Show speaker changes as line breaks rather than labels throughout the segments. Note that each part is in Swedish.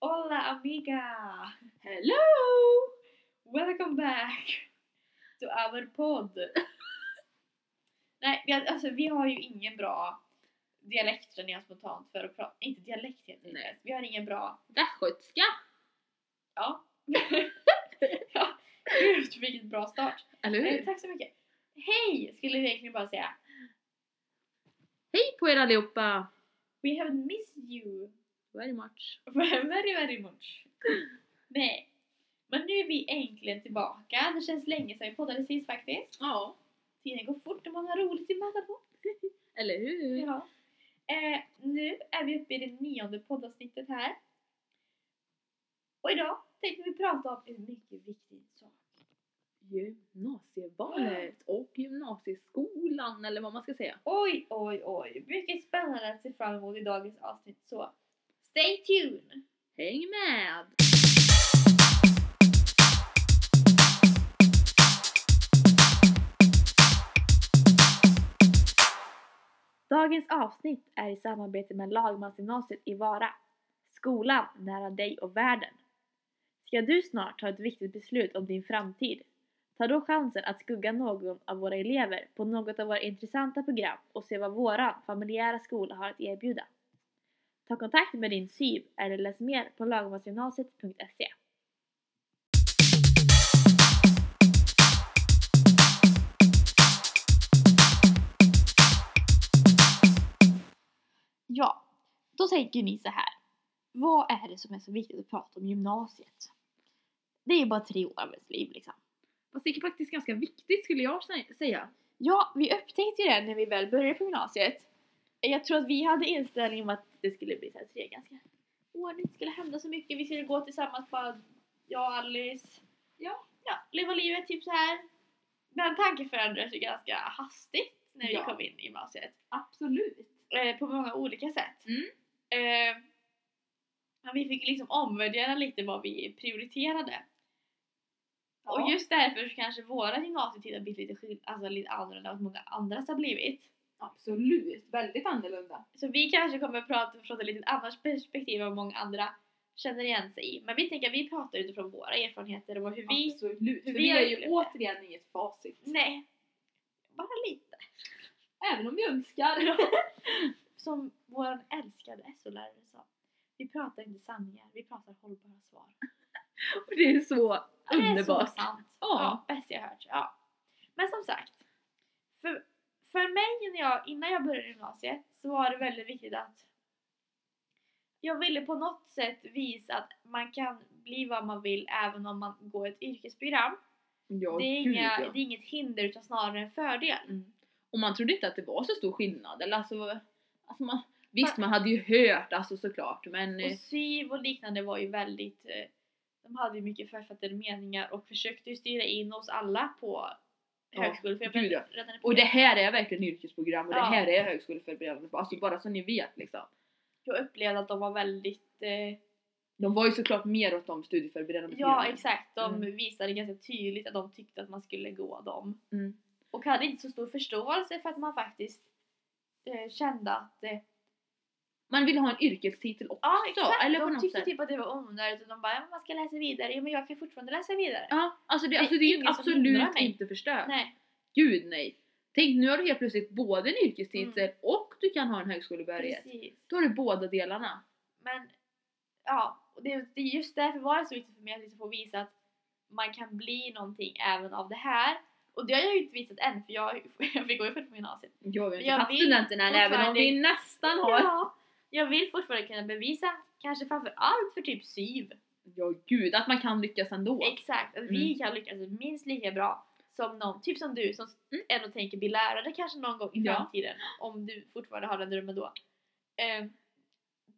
Hola amiga!
Hello!
Welcome back to our podd! Nej, vi har- alltså vi har ju ingen bra dialekt känner jag spontant för att prata. Inte dialekt heter det.
Nej.
Vi har ingen bra...
Västgötska!
Ja. ja. Gud vilket bra start!
Eller
Nej,
hur?
tack så mycket! Hej! Skulle vi egentligen bara säga.
Hej på er allihopa!
We haven't missed you
Very much.
very very much. Nej. Men nu är vi äntligen tillbaka. Det känns länge sedan vi poddade sist faktiskt.
Ja.
Tiden går fort när man har roligt emellanåt.
Eller hur?
Ja. Eh, nu är vi uppe i det nionde poddavsnittet här. Och idag tänkte vi prata om en mycket viktig sak.
Gymnasievalet och gymnasieskolan eller vad man ska säga.
Oj, oj, oj. Mycket spännande att se fram emot i dagens avsnitt. Så stay tuned!
Häng med!
Dagens avsnitt är i samarbete med Lagmansgymnasiet i Vara. Skolan nära dig och världen. Ska du snart ta ett viktigt beslut om din framtid? Ta då chansen att skugga någon av våra elever på något av våra intressanta program och se vad våran familjära skola har att erbjuda. Ta kontakt med din SYV eller läs mer på lagmansgymnasiet.se. Ja, då tänker ni så här. Vad är det som är så viktigt att prata om gymnasiet? Det är ju bara tre år av ens liv liksom.
Fast det är faktiskt ganska viktigt skulle jag sä- säga.
Ja, vi upptäckte ju det när vi väl började på gymnasiet. Jag tror att vi hade inställningen om att det skulle bli så här tre ganska... Åh, det inte skulle hända så mycket. Vi skulle gå tillsammans bara, jag och Alice.
Ja.
Ja, leva livet typ så här. Den tanken förändrades ju ganska hastigt när vi
Ja.
kom in i gymnasiet.
Absolut.
Eh, på många olika sätt.
Mm.
Eh, men vi fick liksom omvärdera lite vad vi prioriterade.
Ja.
Och just därför så kanske våra gymnasietid har blivit lite, skill- alltså lite annorlunda än vad många andras har blivit.
Absolut. Väldigt annorlunda.
Så vi kanske kommer prata från ett lite annat perspektiv än vad många andra känner igen sig i. Men vi tänker att vi pratar utifrån våra erfarenheter och hur vi...
Absolut. För
vi
vi
har
är ju
upplevt det.
återigen inget facit.
Nej. Bara lite.
Även om vi önskar.
Som vår älskade SO-lärare sa. Vi pratar inte sanningar, vi pratar hållbara svar.
Och det är så
Ja, det är
underbart.
så sant. Ja.
Ja.
bäst jag hört. Ja. Men som sagt. För, för mig när jag, innan jag började gymnasiet så var det väldigt viktigt att jag ville på något sätt visa att man kan bli vad man vill även om man går ett yrkesprogram.
Ja,
det, är
gud,
inga,
ja.
det är inget hinder utan snarare en fördel.
Mm. Och man trodde inte att det var så stor skillnad. Eller alltså, alltså man, visst, man hade ju hört alltså såklart men... eh,
Och SYV och liknande var ju väldigt... eh, De hade ju mycket författade meningar och försökte ju styra in oss alla på
Ja,
högskolor. För jag
gud, ja.
berättade redan i
Och det här är verkligen yrkesprogram och
Ja.
det här är högskoleförberedande. Alltså bara så ni vet liksom.
jag upplevde att de var väldigt... Eh,
De var ju såklart mer åt de studieförberedande
ja,
programmen.
exakt. De
Mm.
visade ganska tydligt att de tyckte att man skulle gå dem.
Mm.
Och hade inte så stor förståelse för att man faktiskt eh, kände att... Eh,
Man vill ha en yrkestitel också.
ja, exakt.
Eller på
de
något
tyckte
sätt.
typ att det var onödigt och de bara ja, men man ska läsa vidare. Ja, men jag kan fortfarande läsa vidare.
Ja, alltså det,
Det är
alltså det är ju
ingen som hindrar
absolut
mig.
inte förstört.
Nej,
Gud nej. Tänk nu har du helt plötsligt både en yrkestitel och du kan ha en högskolebehörighet.
Mm. precis.
Då har du båda delarna.
Men ja, och det, det är just därför var det så viktigt för mig att liksom få visa att man kan bli någonting även av det här. Och det har jag ju inte visat än för jag, jag fick gå ju först på gymnasiet.
Jag vill inte
Jag
fatta
vill
studenten än även om
fortfarande-
vi nästan har.
Ja, jag vill fortfarande kunna bevisa, kanske framför allt för typ SYV,
Ja gud, att man kan lyckas ändå.
exakt att vi kan lyckas minst lika bra som någon, typ som du som
Mm.
ändå tänker bli lärare kanske någon gång i
Ja.
framtiden om du fortfarande har den drömmen då. Eh,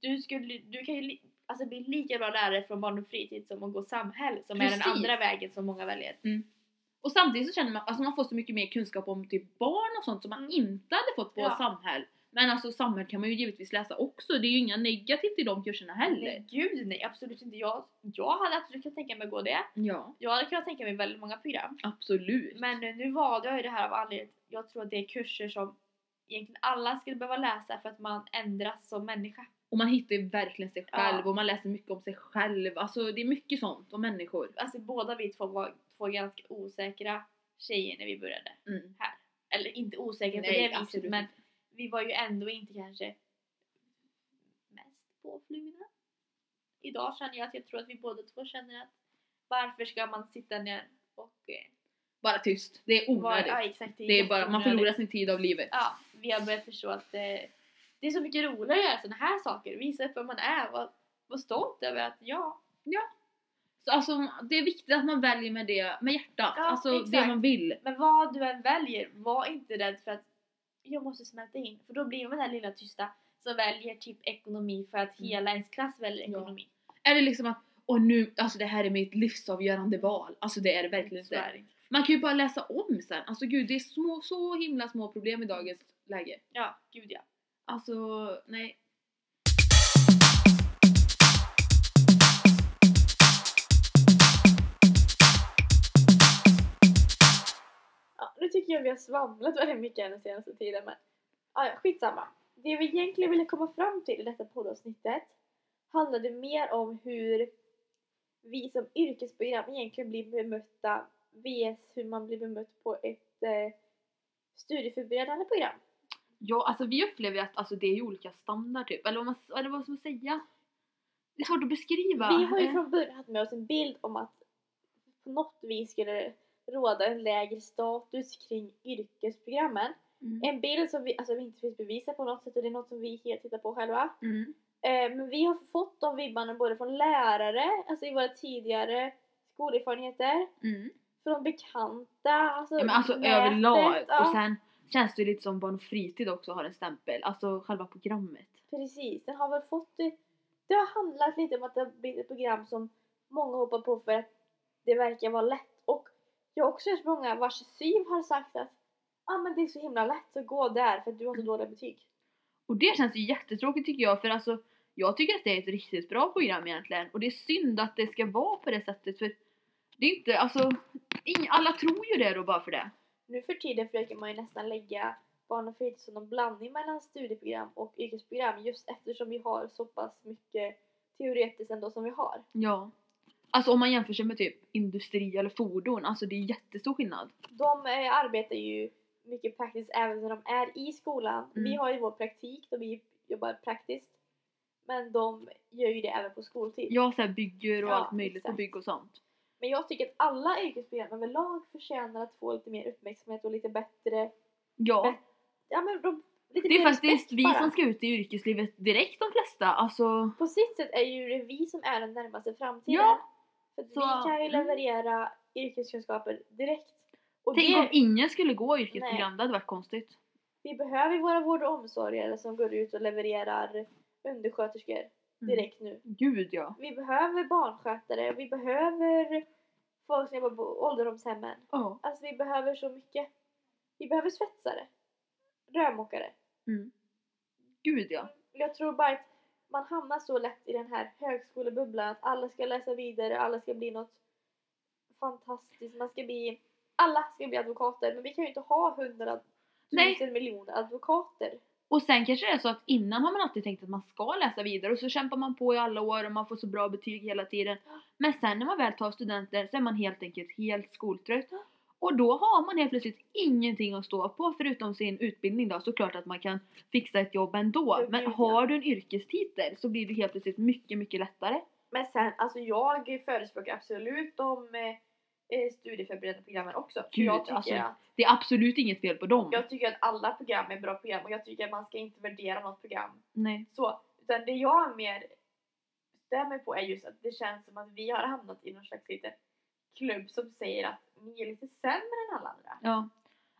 du, skulle, du kan ju li, alltså bli lika bra lärare från barn och fritid som att gå samhäll som är
Precis.
den andra vägen som många väljer.
Och samtidigt så känner man, alltså man får så mycket mer kunskap om typ barn och sånt som man
Mm.
inte hade fått på
Ja.
samhäll. Men alltså samhäll kan man ju givetvis läsa också, det är ju inga negativt i de kurserna heller.
Nej, gud nej, absolut inte. Jag, jag hade absolut kunnat tänka mig att gå det.
Ja,
Jag hade kunnat tänka mig väldigt många program.
absolut.
Men eh, nu valde jag ju det här av anledningen jag tror att det är kurser som egentligen alla skulle behöva läsa för att man ändras som människa.
Och man hittar ju verkligen sig
Ja.
själv och man läser mycket om sig själv. Alltså det är mycket sånt om människor.
Alltså båda vi två var två ganska osäkra tjejer när vi började.
Mm.
Eller inte osäkra på
Nej,
det viset
absolut
men
inte.
vi var ju ändå inte kanske mest påflugna. Idag känner jag att jag tror att vi båda två känner att varför ska man sitta ner och... eh,
Bara tyst. Det är
vara-
onödigt.
ja, exakt,
det är bara, man
jätteonödigt.
förlorar sin tid av livet.
Ja, vi har börjat förstå att eh, det är så mycket roligare att göra sådana här saker. Visa upp vad man är. Var, var stolt över att ja,
Så alltså, det är viktigt att man väljer med det med hjärtat.
Ja,
alltså det
exakt.
man vill.
Men vad du än väljer, var inte rädd för att jag måste smälta in. För då blir man den här lilla tysta som väljer typ ekonomi för att
Mm.
hela ens klass väljer
Ja.
ekonomi.
Är det liksom att och nu, alltså det här är mitt livsavgörande val. Alltså det är det verkligen
Så
inte.
är det.
Man kan ju bara läsa om sen. Alltså gud, det är små, så himla små problem i dagens läge.
Ja, gud ja.
Alltså, nej.
ja. Nu tycker jag vi har svamlat väldigt mycket den senaste tiden men ja, ja, skitsamma. Det vi egentligen ville komma fram till i detta poddavsnittet handlade mer om hur vi som yrkesprogram egentligen blir bemötta vs hur man blir bemött på ett eh, studieförberedande program.
Ja, alltså vi upplever ju att alltså, det är ju olika standard typ. Eller vad, man, eller vad ska man säga? Det är svårt att beskriva.
Vi har ju
Eh,
från början haft med oss en bild om att på något vis skulle råda en lägre status kring yrkesprogrammen.
mm.
En bild som vi, alltså, vi inte finns bevisad på något sätt och det är något som vi helt hittar på själva.
Mm.
Eh, men vi har fått de vibbarna både från lärare, alltså i våra tidigare skolerfarenheter,
Mm.
från bekanta, alltså,
Ja, men alltså
nätet,
överlag.
Ja,
Och sen känns det ju lite som Barn och fritid också har en stämpel. Alltså själva programmet.
Precis, den har väl fått det. Det har handlat lite om att det har blivit ett program som många hoppar på för att det verkar vara lätt. Och jag har också hört många vars SYV har sagt att ah, men det är så himla lätt så gå där för att du har så
Mm.
dåliga betyg.
Och det känns ju jättetråkigt tycker jag för alltså jag tycker att det är ett riktigt bra program egentligen och det är synd att det ska vara på det sättet för det är inte, alltså ing, alla tror ju det då bara för det.
Nu för tiden försöker man ju nästan lägga barn och fritid som en blandning mellan studieprogram och yrkesprogram just eftersom vi har så pass mycket teoretiskt ändå som vi har.
Ja. Alltså om man jämför sig med typ industri eller fordon, alltså det är jättestor skillnad.
De eh, arbetar ju mycket praktiskt även när de är i skolan.
Mm.
Vi har ju vår praktik då vi jobbar praktiskt. Men de gör ju det även på skoltid.
Jag så här bygger och
Ja,
allt möjligt på
exakt.
bygg och sånt.
Men jag tycker att alla yrkesprogram överlag förtjänar att få lite mer uppmärksamhet och lite bättre...
Ja.
Men- Ja men de, lite
Det är
mer
faktiskt
respekt
vi
bara.
som ska ut i yrkeslivet direkt de flesta, alltså
På sitt sätt är ju det vi som är den närmaste framtiden.
Ja.
För att
Så-
vi kan ju
mm.
leverera yrkeskunskaper direkt. Och
tänk om
det,
ingen skulle gå yrkesprogram, det hade varit konstigt.
vi behöver ju våra vård och omsorger som går ut och levererar undersköterskor direkt nu.
Mm. Gud ja.
Vi behöver barnskötare, vi behöver folk som jobbar på ålderdomshemmen.
Ja.
Alltså vi behöver så mycket. Vi behöver svetsare, rörmokare.
Gud ja.
Jag tror bara att man hamnar så lätt i den här högskolebubblan att alla ska läsa vidare, alla ska bli något fantastiskt, man ska bli... Alla ska bli advokater, men vi kan ju inte ha hundra
Nej.
tusen miljoner advokater.
Och sen kanske det är så att innan har man alltid tänkt att man ska läsa vidare och så kämpar man på i alla år och man får så bra betyg hela tiden. Men sen när man väl tar studenter så är man helt enkelt helt skoltrött. Och då har man helt plötsligt ingenting att stå på förutom sin utbildning då. Såklart att man kan fixa ett jobb ändå.
Ja, gud,
Men
ja.
har du en yrkestitel så blir det helt plötsligt mycket, mycket lättare.
Men sen, alltså jag förespråkar absolut de eh, eh, studieförberedande programmen också. För
Gud,
jag tycker
alltså,
att
Det är absolut inget fel på dem.
Jag tycker att alla program är bra program och jag tycker att man ska inte värdera något program.
Nej.
Så, utan det jag mer stämmer på är just att det känns som att vi har hamnat i någon slags liten klubb som säger att ni är lite sämre än alla andra.
Ja.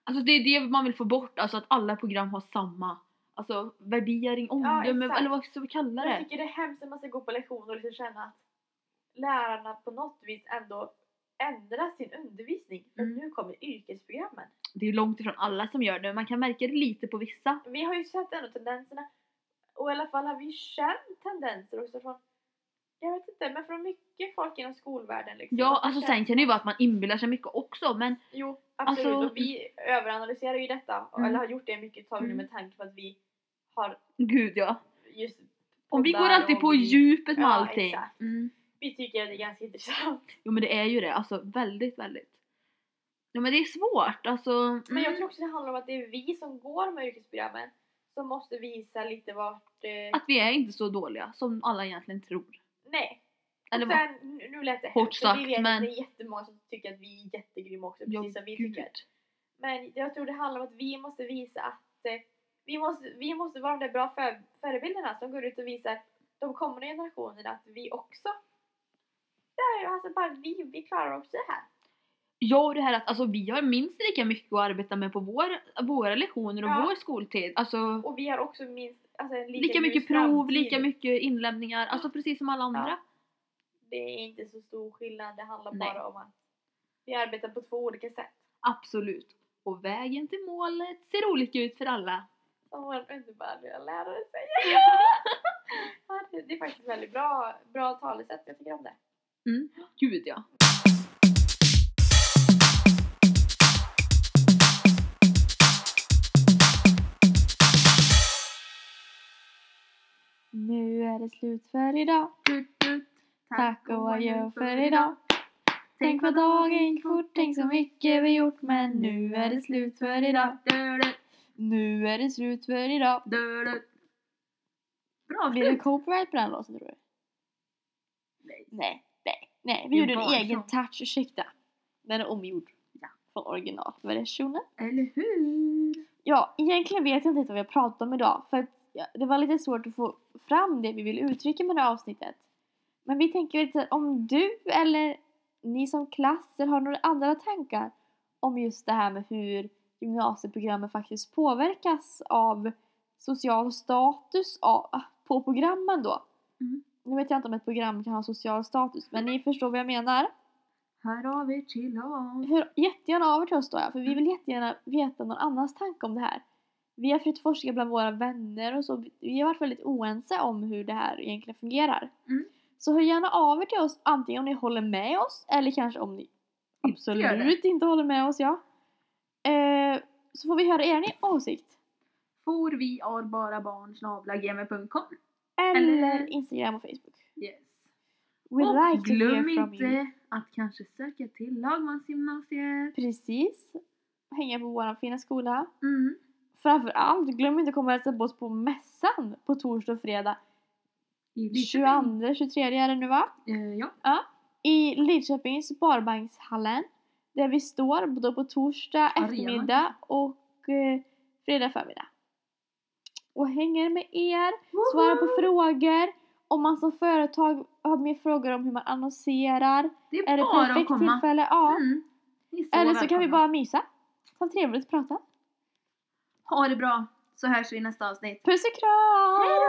Alltså det är det man vill få bort, alltså att alla program har samma alltså värdering, omdöme,
exakt.
eller vad ska vi kalla det?
Jag tycker det är hemskt att man ska gå på lektioner och liksom känna att lärarna på något vis ändå ändrar sin undervisning för
Mm.
nu kommer yrkesprogrammen.
det är långt ifrån alla som gör det, man kan märka det lite på vissa.
Vi har ju sett ändå tendenserna och i alla fall har vi känt tendenser också från jag vet inte, men från mycket folk inom skolvärlden liksom.
Ja,
Att det
alltså
känns-
sen kan det ju vara att man inbillar sig mycket också, men
Jo, absolut.
Alltså-
och vi överanalyserar ju detta, och-
Mm.
eller har gjort det mycket ett tag nu
Mm.
med tanke på att vi har
gud ja.
just
Och vi
poddar
går alltid på
och vi-
djupet med
Ja,
allting.
exakt.
Mm.
Vi tycker att det är ganska intressant.
Jo men det är ju det, alltså väldigt, väldigt. Ja men det är svårt, alltså. Mm.
Men jag tror också det handlar om att det är vi som går med yrkesprogrammen som måste visa lite vart... Eh,
Att vi är inte så dåliga som alla egentligen tror.
nej.
Eller
Eller
vad?
sen, nu- nu lät det
Hårt
hemskt, för
sagt,
vi vet
men-
att det är jättemånga som tycker att vi är jättegrymma också,
Ja,
precis som vi
gud.
tycker. Men jag tror det handlar om att vi måste visa att eh, vi, måste, vi måste vara de där bra för, förebilderna som går ut och visar de kommande generationerna att vi också ja, alltså bara vi, vi klarar också det här.
Ja, och det här att alltså, vi har minst lika mycket att arbeta med på vår, våra lektioner och
Ja.
vår skoltid. Alltså,
Och vi har också minst alltså, en lika,
lika mycket
ljus
prov,
framtid.
lika mycket inlämningar, alltså precis som alla andra.
Det är inte så stor skillnad, det handlar
Nej.
bara om att vi arbetar på två olika sätt.
Absolut. Och vägen till målet ser olika ut för alla.
Som vår underbara lilla lärare säger. Ja! det- Det är faktiskt väldigt bra, bra talesätt, jag tycker om det.
Gud ja.
Nu är det slut för idag. Tack och adjö för idag. Tänk vad dagen kort, tänk så mycket vi gjort men nu är det slut för idag. Nu är det slut för idag.
Bra,
Blir det copyright på den låten tror du?
Nej.
Nej, nej, nej.
Det
Vi
är
gjorde en
bara
egen
sång.
touch, ursäkta. Den är omgjord.
Ja.
Från originalversionen.
Eller hur?
Ja, egentligen vet jag inte riktigt vad vi har pratat om idag. För att ja, det var lite svårt att få fram det vi vill uttrycka med det här avsnittet. Men vi tänker väl lite om du eller ni som klass eller har några andra tankar om just det här med hur gymnasieprogrammen faktiskt påverkas av social status av, på programmen då.
Mm.
Nu vet jag inte om ett program kan ha social status men ni förstår vad jag menar.
Hör av er till oss.
Hör jättegärna av er till oss då, ja, för vi vill jättegärna veta någon annans tanke om det här. Vi har försökt forska bland våra vänner och så. Vi har varit väldigt oense om hur det här egentligen fungerar.
Mm.
Så hör gärna av er till oss, antingen om ni håller med oss eller kanske om ni
Inte gör det.
absolut inte håller med oss, ja. Eh, så får vi höra er åsikt.
For vi är bara barn snabla gmail.com.
Eller,
Eller-
Instagram och Facebook.
Yes.
We
och
like to hear
glöm
from
inte
you.
att kanske söka till Lagmansgymnasiet.
Precis. Hänga på vår fina skola.
Mm.
Framförallt, glöm inte att komma och hälsa på oss på mässan på torsdag och fredag.
I Lidköping.
22, 23 är det nu va?
Eh, ja.
I Lidköpings Sparbankshallen. Där vi står både på torsdag
Arenan.
eftermiddag och eh, fredag förmiddag. Och hänger med er, svarar på frågor. Om man som företag har mer frågor om hur man annonserar.
Det är,
Är det
bara att
perfekt
komma.
tillfälle? Ja.
Mm. Ni är
Eller så kan vi
välkomna.
bara mysa. Ha trevligt och prata.
Ha det bra, så hörs vi i nästa avsnitt.
Puss och kram!
Hej